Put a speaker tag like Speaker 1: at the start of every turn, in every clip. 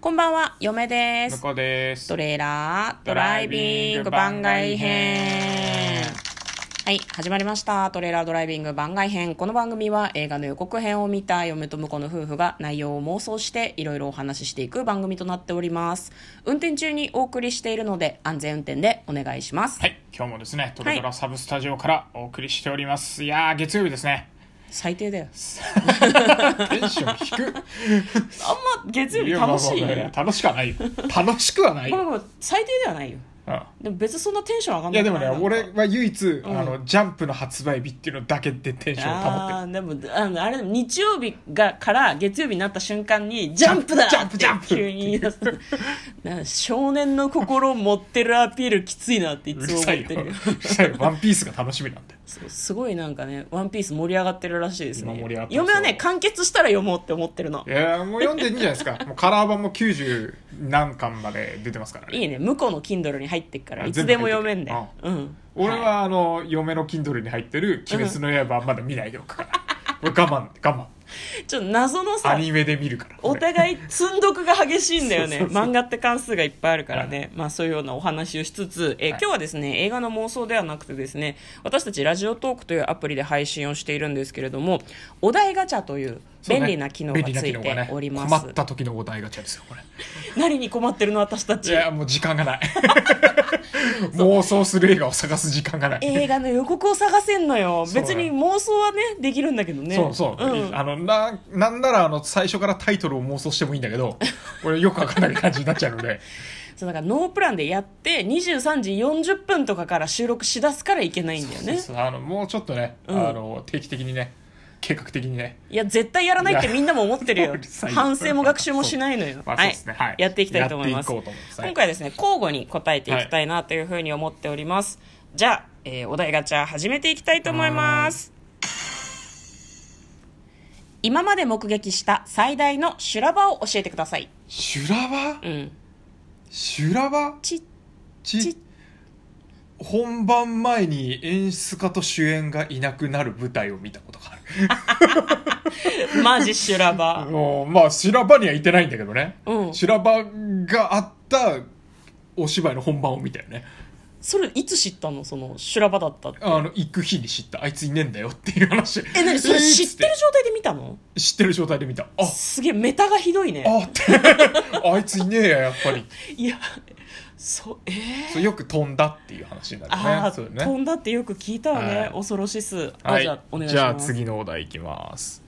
Speaker 1: こんばんは、嫁で
Speaker 2: 向
Speaker 1: す。
Speaker 2: こうです
Speaker 1: トレーラードライビング番外編。はい、始まりました。トレーラードライビング番外編。この番組は映画の予告編を見た嫁と婿の夫婦が内容を妄想していろいろお話ししていく番組となっております。運転中にお送りしているので安全運転でお願いします。
Speaker 2: はい今日もですねトレドラサブスタジオからお送りしております、い、やー月曜日です ね
Speaker 1: 最低だよ。
Speaker 2: テンション低く
Speaker 1: あんま月曜日楽しい
Speaker 2: やまあまあまあ楽しくはないよ楽しくはない
Speaker 1: ごめん
Speaker 2: よ、
Speaker 1: ごめん、最低ではないよ。
Speaker 2: うん
Speaker 1: でも別にそんなテンション上がん
Speaker 2: い
Speaker 1: な
Speaker 2: や
Speaker 1: い
Speaker 2: でもね俺は唯一、あのジャンプの発売日っていうのだけでテンションを保ってる
Speaker 1: ああーでもあのあれでも日曜日がから月曜日になった瞬間にジャンプだ
Speaker 2: ジャンプジャンプ
Speaker 1: って急に言い出すなんか少年の心を持ってるアピールきついなっていうつも
Speaker 2: る
Speaker 1: 思っ
Speaker 2: さ
Speaker 1: て
Speaker 2: いよ
Speaker 1: る
Speaker 2: うるさいよワンピースが楽しみなん で
Speaker 1: そうすごいなんかね「ワンピース盛り上がってるらしいです
Speaker 2: 今
Speaker 1: ね
Speaker 2: 盛り上がってますよ
Speaker 1: 嫁はね完結したら読もうって思ってるの
Speaker 2: いやーもう読んでいいんじゃないですかもうカラー版も90何巻まで出てますからね
Speaker 1: いいね向こうの Kindle に入ってっから
Speaker 2: あ
Speaker 1: いつでも
Speaker 2: 全
Speaker 1: 読め
Speaker 2: 部入っ
Speaker 1: ん
Speaker 2: て
Speaker 1: だ
Speaker 2: る
Speaker 1: よ、うん、
Speaker 2: 俺はあの嫁の Kindle に入ってる「鬼滅の刃」まだ見ないで おくから俺我慢我
Speaker 1: ちょっと謎の
Speaker 2: 慢ア
Speaker 1: さ
Speaker 2: ニメで見るから
Speaker 1: お
Speaker 2: 俺
Speaker 1: 互い積んどくが激しいんだよね
Speaker 2: そうそうそう
Speaker 1: 漫画って関数がいっぱいあるからね、まあ、そういうようなお話をしつつ、えー今
Speaker 2: はい
Speaker 1: 日はですね映画の妄想ではなくてですね私たちラジオトークというアプリで配信をしているんですけれどもお題ガチャという
Speaker 2: そう
Speaker 1: 便
Speaker 2: ね
Speaker 1: 利な機能がつ
Speaker 2: 便利
Speaker 1: い
Speaker 2: な機能が
Speaker 1: て
Speaker 2: ね
Speaker 1: おります、
Speaker 2: 困った時のお題ガチャですよこれ
Speaker 1: 何に困ってるの私た
Speaker 2: い
Speaker 1: ち
Speaker 2: やもう時間 がない妄想する映画を探す時間がない
Speaker 1: 映画の予告を探せんのよ
Speaker 2: そうだ
Speaker 1: 別
Speaker 2: よ
Speaker 1: に妄想はねできるんだけどね
Speaker 2: そうそう、
Speaker 1: ん
Speaker 2: あのななんならあの最初からタイトルを妄想してもいいんだ けど俺よくわかんない感じになっちゃうので
Speaker 1: そうだからノープランでやって23時40分とかから収録しだすからいけないんだよね
Speaker 2: そうそうあのもうちょっとね、
Speaker 1: うん
Speaker 2: あの定期的にね計画的にね
Speaker 1: いや絶対やらないってみんなも思ってる
Speaker 2: いや
Speaker 1: よ
Speaker 2: うるさいよ
Speaker 1: 反省も学習もしないのよ、
Speaker 2: まあそうですねはい
Speaker 1: やっていきたいと思います
Speaker 2: やっていこうと思いますはい
Speaker 1: 今回はですね交互に答えていきたいなというふうに思っております、じゃあ、えーお題ガチャ始めていきたいと思います今まで目撃した最大の修羅場を教えてください
Speaker 2: 修羅場
Speaker 1: うん
Speaker 2: 修羅場
Speaker 1: ちち
Speaker 2: ち本番前に演出家と主演がいなくなる舞台を見たことがある
Speaker 1: マジ修羅場
Speaker 2: うんまあ修羅場には行ってないんだけどね、
Speaker 1: うん
Speaker 2: 修羅場があったお芝居の本番を見たよね
Speaker 1: それいつ知ったのその修羅場だったって
Speaker 2: あの行く日に知ったあいついねえんだよっていう話
Speaker 1: え何それ
Speaker 2: えー
Speaker 1: 知っ
Speaker 2: つ
Speaker 1: てる状態で見たの
Speaker 2: 知ってる状態で見たあ
Speaker 1: すげえメタがひどいね
Speaker 2: あって あいついねえややっぱり
Speaker 1: いやそうえー
Speaker 2: そうよく飛んだっていう話になる
Speaker 1: あ
Speaker 2: ね
Speaker 1: あ、
Speaker 2: そう
Speaker 1: 飛
Speaker 2: ね
Speaker 1: んだってよく聞いたわね、
Speaker 2: はい
Speaker 1: 恐ろしすあ、
Speaker 2: はい
Speaker 1: じゃあお願いし
Speaker 2: じゃあ
Speaker 1: ます
Speaker 2: 次のお題いきます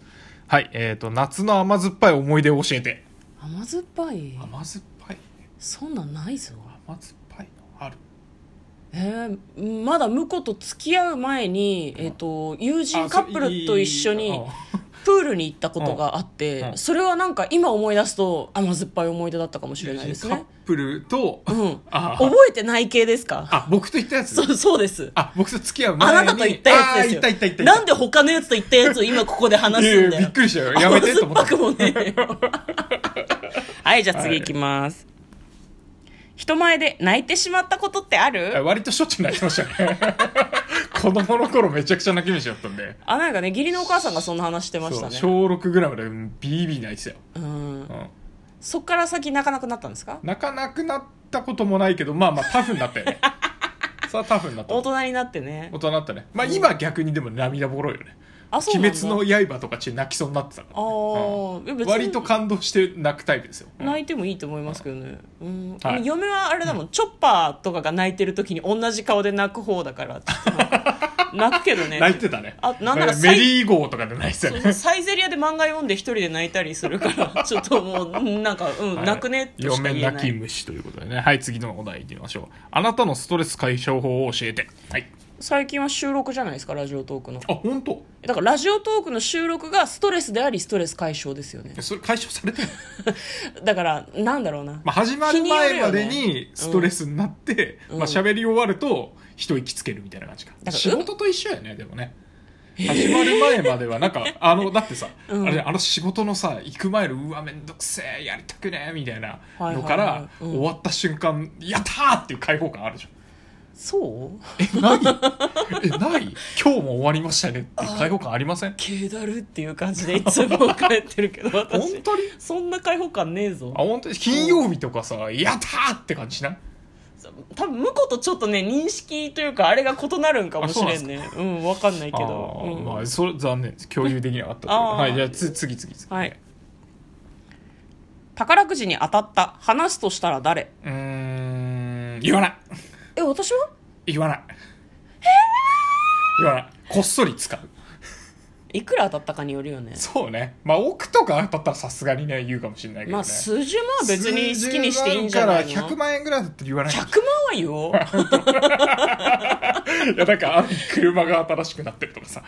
Speaker 2: はいえっ、と夏の甘酸っぱい思い出を教えて
Speaker 1: 甘酸っぱい
Speaker 2: 甘酸っぱい
Speaker 1: そんなんないぞ
Speaker 2: 甘酸っぱいのある
Speaker 1: えー、まだ婿と付き合う前に、えー、と友人カップルと一緒にプールに行ったことがあって、
Speaker 2: うんうん
Speaker 1: それはなんか今思い出すと甘酸っぱい思い出だったかもしれないです
Speaker 2: カッ
Speaker 1: ね、
Speaker 2: プルと
Speaker 1: うん、
Speaker 2: あ
Speaker 1: 覚えてない系ですか
Speaker 2: あ僕と行ったや つ
Speaker 1: そうそうです
Speaker 2: あ僕と付き合う前
Speaker 1: あ
Speaker 2: に
Speaker 1: なたと行ったやつですよ
Speaker 2: あー行った行った行った
Speaker 1: なんで他のやつと行ったやつを今ここで話すん
Speaker 2: い
Speaker 1: だ
Speaker 2: やいやび
Speaker 1: よ
Speaker 2: っくりしたよやめてと思った
Speaker 1: 甘酸っぱ くもねえよはいじゃあ次行きます、人前で泣いてしまったことってあ
Speaker 2: え
Speaker 1: る
Speaker 2: 割としょっちゅう泣いてました ね子供の頃めちゃくちゃ泣き虫だったんで
Speaker 1: あなんかね義理のお母さんがそんな話してまし
Speaker 2: そ
Speaker 1: た
Speaker 2: う
Speaker 1: ね
Speaker 2: 小6ぐらいまでビービー泣いてたよ、
Speaker 1: うん
Speaker 2: うん、
Speaker 1: そっから先泣かなくなったんですか
Speaker 2: 泣かなくなったこともないけどまあまあタフになった よねそれはタフになった
Speaker 1: 大人になってね
Speaker 2: 大人になったねまあ今逆にでも涙ぼろいよね
Speaker 1: あ
Speaker 2: 「
Speaker 1: そうな
Speaker 2: 鬼
Speaker 1: んだ
Speaker 2: 滅の刃」とかちょっと泣きそうになってたから、
Speaker 1: あー
Speaker 2: うん
Speaker 1: いや別に
Speaker 2: 割と感動して泣くタイプですよ、うん
Speaker 1: 泣いてもいいと思いますけどね、うん
Speaker 2: はい
Speaker 1: 嫁はあれだもん、チョッパーとかが泣いてる時に同じ顔で泣く方だからちょっとなんか泣 くけどね
Speaker 2: 泣いてたね
Speaker 1: あなんなら
Speaker 2: メリー号とかで泣いてた
Speaker 1: そう
Speaker 2: ね
Speaker 1: そうサイゼリアで漫画読んで一人で泣いたりするから ちょっともううんなんかうん、泣くねとしか
Speaker 2: 嫁
Speaker 1: 言え
Speaker 2: 泣
Speaker 1: な
Speaker 2: き
Speaker 1: い
Speaker 2: 虫ということでねはい次のお題いきましょうあなたのストレス解消法を教えてはい
Speaker 1: 最近は収録じゃないですかラジオトークの
Speaker 2: あ本当
Speaker 1: だからラジオトークの収録がストレスでありストレス解消ですよね
Speaker 2: それ解消され てる、
Speaker 1: だからなんだろうな、
Speaker 2: まあ、始まる前までにストレスになって、
Speaker 1: ん
Speaker 2: まあ喋り終わると一息つけるみたいな感じか
Speaker 1: から
Speaker 2: 仕事と一緒やねでもね始まる前まではなんか、あのだってさ、
Speaker 1: うん
Speaker 2: あれあの仕事のさ行く前のうわめんどくせえやりたくねえみたいなのか
Speaker 1: はいはいは
Speaker 2: ら
Speaker 1: いうん
Speaker 2: 終わった瞬間やったーっていう解放感あるじゃん
Speaker 1: そう
Speaker 2: えないえない今日も終わりましたねっていう開放感ありません
Speaker 1: けだるっていう感じでいつも帰ってるけど
Speaker 2: 本
Speaker 1: 私
Speaker 2: 当に
Speaker 1: そんな開放感ねえぞ
Speaker 2: あ本当に金曜日とかさ「やったー!」って感じしない
Speaker 1: 多分向こうとちょっとね認識というかあれが異なるんかもしれんねうんわかんないけど、
Speaker 2: あー
Speaker 1: うん
Speaker 2: まあそれ残念です共有できなかったという
Speaker 1: あー
Speaker 2: はいじゃあつ次次次
Speaker 1: はい宝くじに当たった話すとしたら誰
Speaker 2: うーん言わない
Speaker 1: え私は
Speaker 2: 言わない言わないこっそり使う
Speaker 1: いくら当たったかによるよね
Speaker 2: そうねまあ億とか当たったらさすがにね言うかもしれないけど
Speaker 1: ま
Speaker 2: ね
Speaker 1: あ数十万は別に好きにしていいんじゃないの
Speaker 2: 数
Speaker 1: 100
Speaker 2: 十万から100
Speaker 1: 万
Speaker 2: 万円ぐらいだったら言わないい
Speaker 1: は言おう
Speaker 2: やなんかある日車が新しくなってるとかさ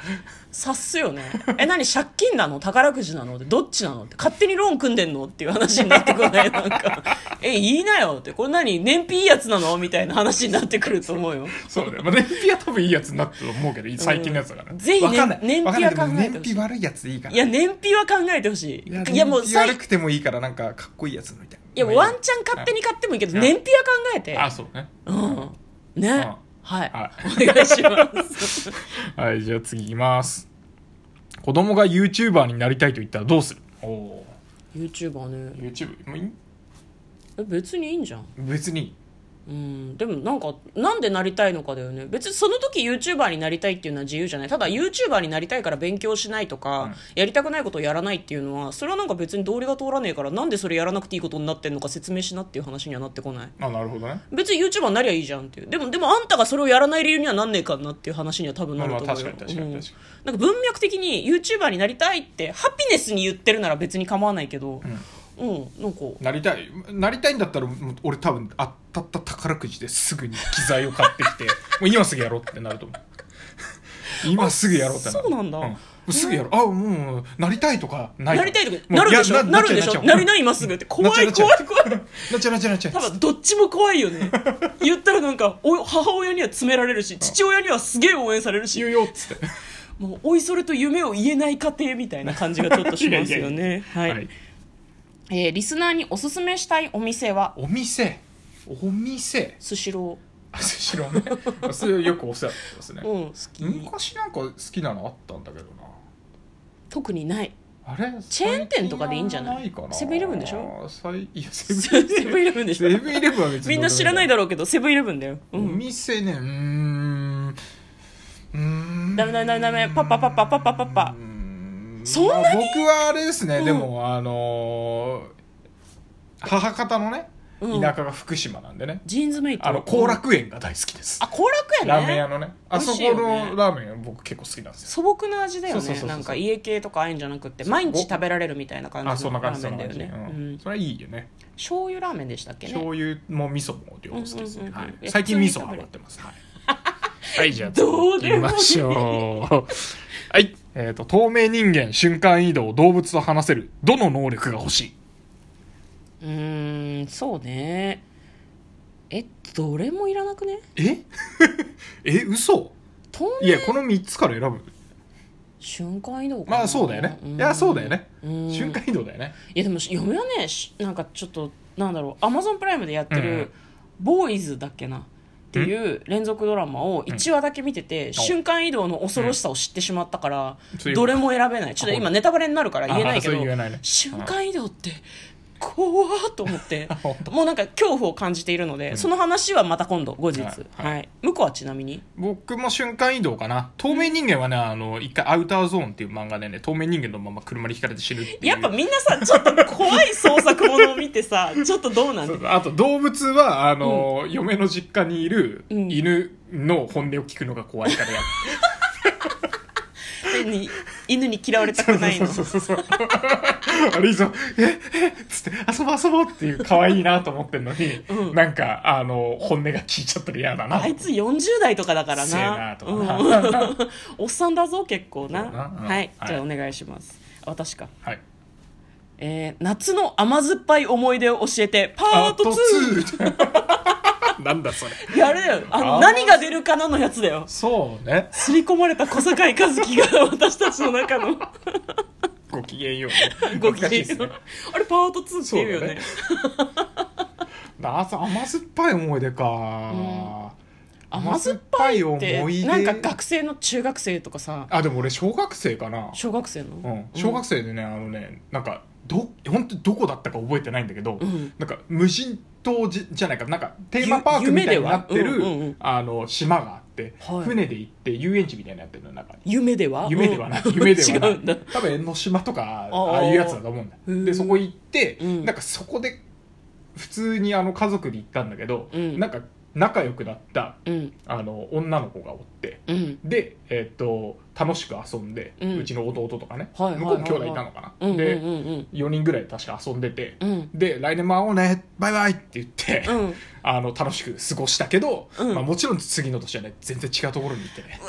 Speaker 1: 察すよねえ何借金なの宝くじなのってどっちなのって勝手にローン組んでんのっていう話になってくるねなんかえ言いなよってこれ何燃費いいやつなのみたいな話になってくると思うよ
Speaker 2: そうね、まあ、燃費は多分いいやつになったと思うけど最近のやつだから、
Speaker 1: うんぜひね
Speaker 2: わかんない
Speaker 1: 燃費は考えてほしい
Speaker 2: わかんないでも燃費悪いやついいから
Speaker 1: いや燃費は考えてほしいい
Speaker 2: い
Speaker 1: や
Speaker 2: や
Speaker 1: もう
Speaker 2: 燃
Speaker 1: 最
Speaker 2: 費悪くてもいいからなんかかっこいいやつみたい
Speaker 1: いや
Speaker 2: まあ
Speaker 1: ワンチャン勝手に買ってもいいけど
Speaker 2: うん
Speaker 1: 燃費は考えて
Speaker 2: あそうね
Speaker 1: うんね、
Speaker 2: ん
Speaker 1: はい、
Speaker 2: は
Speaker 1: お願いします
Speaker 2: はいじゃあ次いきます子供が YouTuber になりたいと言ったらどうするおお
Speaker 1: YouTuber ね
Speaker 2: YouTube もういい
Speaker 1: え別にいいんじゃん
Speaker 2: 別に
Speaker 1: うんでもなんかなんでなりたいのかだよね別にその時 YouTuber になりたいっていうのは自由じゃないただ YouTuber になりたいから勉強しないとか、
Speaker 2: うん
Speaker 1: やりたくないことをやらないっていうのはそれはなんか別に道理が通らねえからなんでそれやらなくていいことになってんのか説明しなっていう話にはなってこない
Speaker 2: あなるほどね
Speaker 1: 別に YouTuber になりゃいいじゃんっていうでもでもあんたがそれをやらない理由にはなんねえかなっていう話には多分
Speaker 2: ま
Speaker 1: な
Speaker 2: あ
Speaker 1: る
Speaker 2: まあ
Speaker 1: と思う
Speaker 2: 確か
Speaker 1: よ
Speaker 2: に確かに確かに、
Speaker 1: うんなんか文脈的に YouTuber になりたいってハピネスに言ってるなら別に構わないけどうん、なんか
Speaker 2: なりたいなりたいんだったらもう俺多分当たった宝くじですぐに機材を買っ てきてもう今すぐやろうってなると思う今すぐやろうってな
Speaker 1: そ
Speaker 2: る
Speaker 1: うなんだ
Speaker 2: もうすぐやろうあもうなりたいとかない
Speaker 1: なりたいとか
Speaker 2: もう
Speaker 1: なるでし
Speaker 2: いや
Speaker 1: ょなるでしょなりな今すぐって怖い
Speaker 2: なっちゃ
Speaker 1: 怖
Speaker 2: う
Speaker 1: い怖い
Speaker 2: なっちゃうなっちゃうなっちゃうなっちゃうなっちゃ
Speaker 1: 多
Speaker 2: う
Speaker 1: 分どっちも怖いよ ね言ったらなんかお母親には詰められるし父親にはすげえ応援される
Speaker 2: 言
Speaker 1: し
Speaker 2: うよっつって
Speaker 1: もうおいそれと夢を言えない家庭みたいな感じがちょっとしますよ
Speaker 2: いや
Speaker 1: ねはい、えーリスナーにおすすめしたいお店は
Speaker 2: お店お店
Speaker 1: スシロ
Speaker 2: あ知らねそれよくお世話になってますね
Speaker 1: ーうん好き、
Speaker 2: 昔なんか好きなのあったんだけどな
Speaker 1: 特にない
Speaker 2: あれ
Speaker 1: チェーン店とかでいいんじゃない
Speaker 2: 最近はか
Speaker 1: セブンイレブンでしょ
Speaker 2: さいいやセブ
Speaker 1: セ
Speaker 2: ンイレブ
Speaker 1: ブンイレブンで
Speaker 2: ン
Speaker 1: しょ
Speaker 2: セブンイレブンは別に
Speaker 1: みんな知らない
Speaker 2: だ
Speaker 1: だろうけどセブンイレブンだよ、う
Speaker 2: お
Speaker 1: ん、
Speaker 2: 店ねうーんうーん
Speaker 1: ダメダメダメダメパパパパパパパパ
Speaker 2: うーん
Speaker 1: そんなに
Speaker 2: まあ僕はあれですね、
Speaker 1: うん
Speaker 2: でもあのー母方のね
Speaker 1: うん
Speaker 2: 田舎が福島なんでね、
Speaker 1: ジーンズメイト
Speaker 2: あの後楽園が大好きです、
Speaker 1: あ後楽園ね
Speaker 2: ラーメン屋のねあそこ
Speaker 1: 美味しいよね
Speaker 2: のラーメン僕結構好きなんですよ
Speaker 1: 素朴な味だよ
Speaker 2: そうそうそう
Speaker 1: ね
Speaker 2: そう
Speaker 1: なんか家系とかああいうんじゃなくて毎日食べられるみたいな感
Speaker 2: あ
Speaker 1: じ
Speaker 2: そ
Speaker 1: の
Speaker 2: んな
Speaker 1: ラ
Speaker 2: 感じ
Speaker 1: ー
Speaker 2: そ
Speaker 1: メ
Speaker 2: ん
Speaker 1: ン
Speaker 2: な
Speaker 1: だよ
Speaker 2: 感
Speaker 1: ね、
Speaker 2: じ、
Speaker 1: う
Speaker 2: うんん、、それはいいよね
Speaker 1: 醤油ラーメンでしたっけね
Speaker 2: 醤油も味噌も両方好きですね、
Speaker 1: うんうんうんうん
Speaker 2: はい
Speaker 1: え
Speaker 2: 最近味噌ハマってますはい、はい、じゃあ
Speaker 1: どうでもいい
Speaker 2: 行きましょうはいえっ、と透明人間瞬間移動動物と話せるどの能力が欲しいう
Speaker 1: ーんそうねえどれもいらなくね
Speaker 2: え え嘘
Speaker 1: 透
Speaker 2: いや
Speaker 1: 明
Speaker 2: この3つから選ぶ
Speaker 1: 瞬間移動かな
Speaker 2: まあそうだよね
Speaker 1: ん
Speaker 2: いやそうだよね
Speaker 1: うん
Speaker 2: 瞬間移動だよね
Speaker 1: いやでも嫁はねしなんかちょっとなんだろうアマゾンプライムでやって
Speaker 2: うんう
Speaker 1: る
Speaker 2: ん
Speaker 1: 「ボーイズ」だっけなっていう連続ドラマを1話だけ見てて、瞬間移動の恐ろしさを知ってしまったから、
Speaker 2: そういう
Speaker 1: どれも選べないちょっと今ネタバレになるから言えないけ
Speaker 2: あ
Speaker 1: ど
Speaker 2: そう言えないね
Speaker 1: 瞬間移動って怖っと思って
Speaker 2: 本当
Speaker 1: もうなんか恐怖を感じているので、その話はまた今度後日、は
Speaker 2: はいい
Speaker 1: 向こうはちなみに
Speaker 2: 僕も瞬間移動かな透明人間はねあの一回アウターゾーンっていう漫画でね透明人間のまま車にひかれて死ぬっていう
Speaker 1: やっぱみんなさちょっと怖い創作ものを見てさちょっとどうなん
Speaker 2: そうそうあと動物はあの、嫁の実家にいる
Speaker 1: うん
Speaker 2: 犬の本音を聞くのが怖いからやっ
Speaker 1: 手に犬に嫌われたくないの
Speaker 2: そうそうそうそうあれいいぞええっつって遊ぼう遊ぼうっていう可愛いなと思ってんのに、
Speaker 1: うん
Speaker 2: なんかあの本音が聞いちゃったら嫌だな
Speaker 1: あいつ40代とかだから
Speaker 2: うっせえ
Speaker 1: な
Speaker 2: なとかな
Speaker 1: うんおっさんだぞ結構な
Speaker 2: そうだなうん
Speaker 1: はい
Speaker 2: はい
Speaker 1: じゃあお願いします私か、
Speaker 2: はい
Speaker 1: えー夏の甘酸っぱい思い出を教えてパート 2,
Speaker 2: 2なんだそれ
Speaker 1: いやあれだよあの
Speaker 2: あー
Speaker 1: 何が出るかなのやつだよ
Speaker 2: そうね
Speaker 1: 刷り込まれた小堺一樹が 私たちの中 の
Speaker 2: ごきげんよう、ね、
Speaker 1: ご機
Speaker 2: 難しい
Speaker 1: 嫌
Speaker 2: ですね
Speaker 1: あれパート2って言うよね
Speaker 2: そうだねな甘酸っぱい思い出か、
Speaker 1: ん甘酸っ
Speaker 2: ぱい
Speaker 1: ぱいって
Speaker 2: 思い出
Speaker 1: なんか学生の中学生とかさ
Speaker 2: あでも俺小学生かな
Speaker 1: 小学生の、
Speaker 2: うん、小学生でね、あのねなんかど本当にどこだったか覚えてないんだけど、
Speaker 1: ん
Speaker 2: なんか無人島じじゃないかなんかテーマパークみたいになってる、
Speaker 1: ゆ夢ではうんうんうん
Speaker 2: あの島があって、
Speaker 1: はい
Speaker 2: 船で行って遊園地みたいになってるの中に
Speaker 1: 夢では
Speaker 2: 夢ではない、
Speaker 1: うん
Speaker 2: 夢ではな
Speaker 1: 違うんだ
Speaker 2: い多分江ノ島とか
Speaker 1: あー
Speaker 2: ああいうやつだと思うんだ
Speaker 1: へー
Speaker 2: でそこ行って、
Speaker 1: うん
Speaker 2: なんかそこで普通にあの家族で行ったんだけど、
Speaker 1: うん
Speaker 2: なんか仲良くなった
Speaker 1: うん
Speaker 2: あの女の子がおって、
Speaker 1: うん
Speaker 2: で、えーっと楽しく遊んで、
Speaker 1: う
Speaker 2: うんちの弟とかね、
Speaker 1: はいはいはいはい
Speaker 2: 向こうも兄弟いたのかな、
Speaker 1: うんうん
Speaker 2: で、
Speaker 1: うん
Speaker 2: 4人ぐらい確か遊んでて、
Speaker 1: うん
Speaker 2: で来年も会おうねバイバイって言って、
Speaker 1: うんうん
Speaker 2: あの楽しく過ごしたけど、
Speaker 1: うん
Speaker 2: まあ、もちろん次の年はね全然違うところに行ってね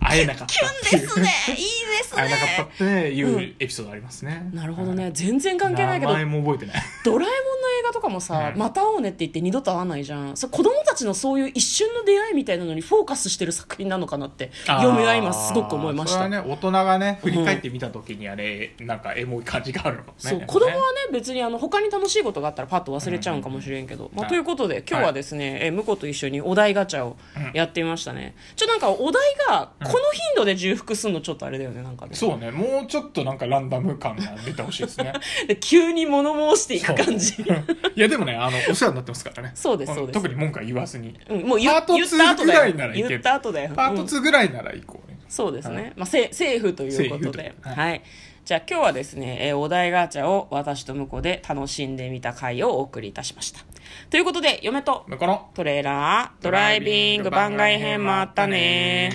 Speaker 2: 会えなかったって
Speaker 1: で
Speaker 2: いう
Speaker 1: すねいいです
Speaker 2: 会えなかった
Speaker 1: ね
Speaker 2: っていううんエピソードありますね、
Speaker 1: なるほど
Speaker 2: は
Speaker 1: ね全然関係ないけど
Speaker 2: 名前も覚えてない
Speaker 1: ドラえもんの映画とかもさ「
Speaker 2: うん
Speaker 1: また会おうね」って言って二度と会わないじゃんそれ子供たちのそういう一瞬の出会いみたいなのにフォーカスしてる作品なのかなって 読みは今すごく思いまし
Speaker 2: あ
Speaker 1: た
Speaker 2: ーそれはね大人がね振り返ってみた時にあれ、なんかエモい感じがあるのかもね
Speaker 1: そう
Speaker 2: でもね
Speaker 1: 子供はね別にあの他に楽しいことがあったらパッと忘れちゃうんかもしれんけど、まあ、
Speaker 2: はい
Speaker 1: ということで今日はですね、え婿と一緒にお題ガチャをやってみましたね、ちょなんかお題がこの頻度で重複するのちょっとあれだよねなんかね
Speaker 2: そうね、もうちょっとなんかランダム感が出てほしいですね。
Speaker 1: で急に物申 してい
Speaker 2: そ
Speaker 1: く
Speaker 2: う
Speaker 1: 感じ
Speaker 2: いや、でもね、あの、お世話になってますからね。
Speaker 1: そうですそうです
Speaker 2: 特に文句は言わずに。
Speaker 1: うんもう言
Speaker 2: パート
Speaker 1: 言った後
Speaker 2: 2ぐら
Speaker 1: だよ
Speaker 2: いならいける
Speaker 1: 言った後だよ
Speaker 2: パー
Speaker 1: う
Speaker 2: ト
Speaker 1: ん
Speaker 2: 2ぐらいなら行こうね。
Speaker 1: そうですね、
Speaker 2: はい
Speaker 1: まあ、せセーフということで
Speaker 2: セーフと
Speaker 1: は、
Speaker 2: はいい
Speaker 1: じゃあ今日はですね、えーお題ガチャを私と婿で楽しんでみた回をお送りいたしましたということで嫁と
Speaker 2: 向こうの、
Speaker 1: トレーラードライビング番外編もあったね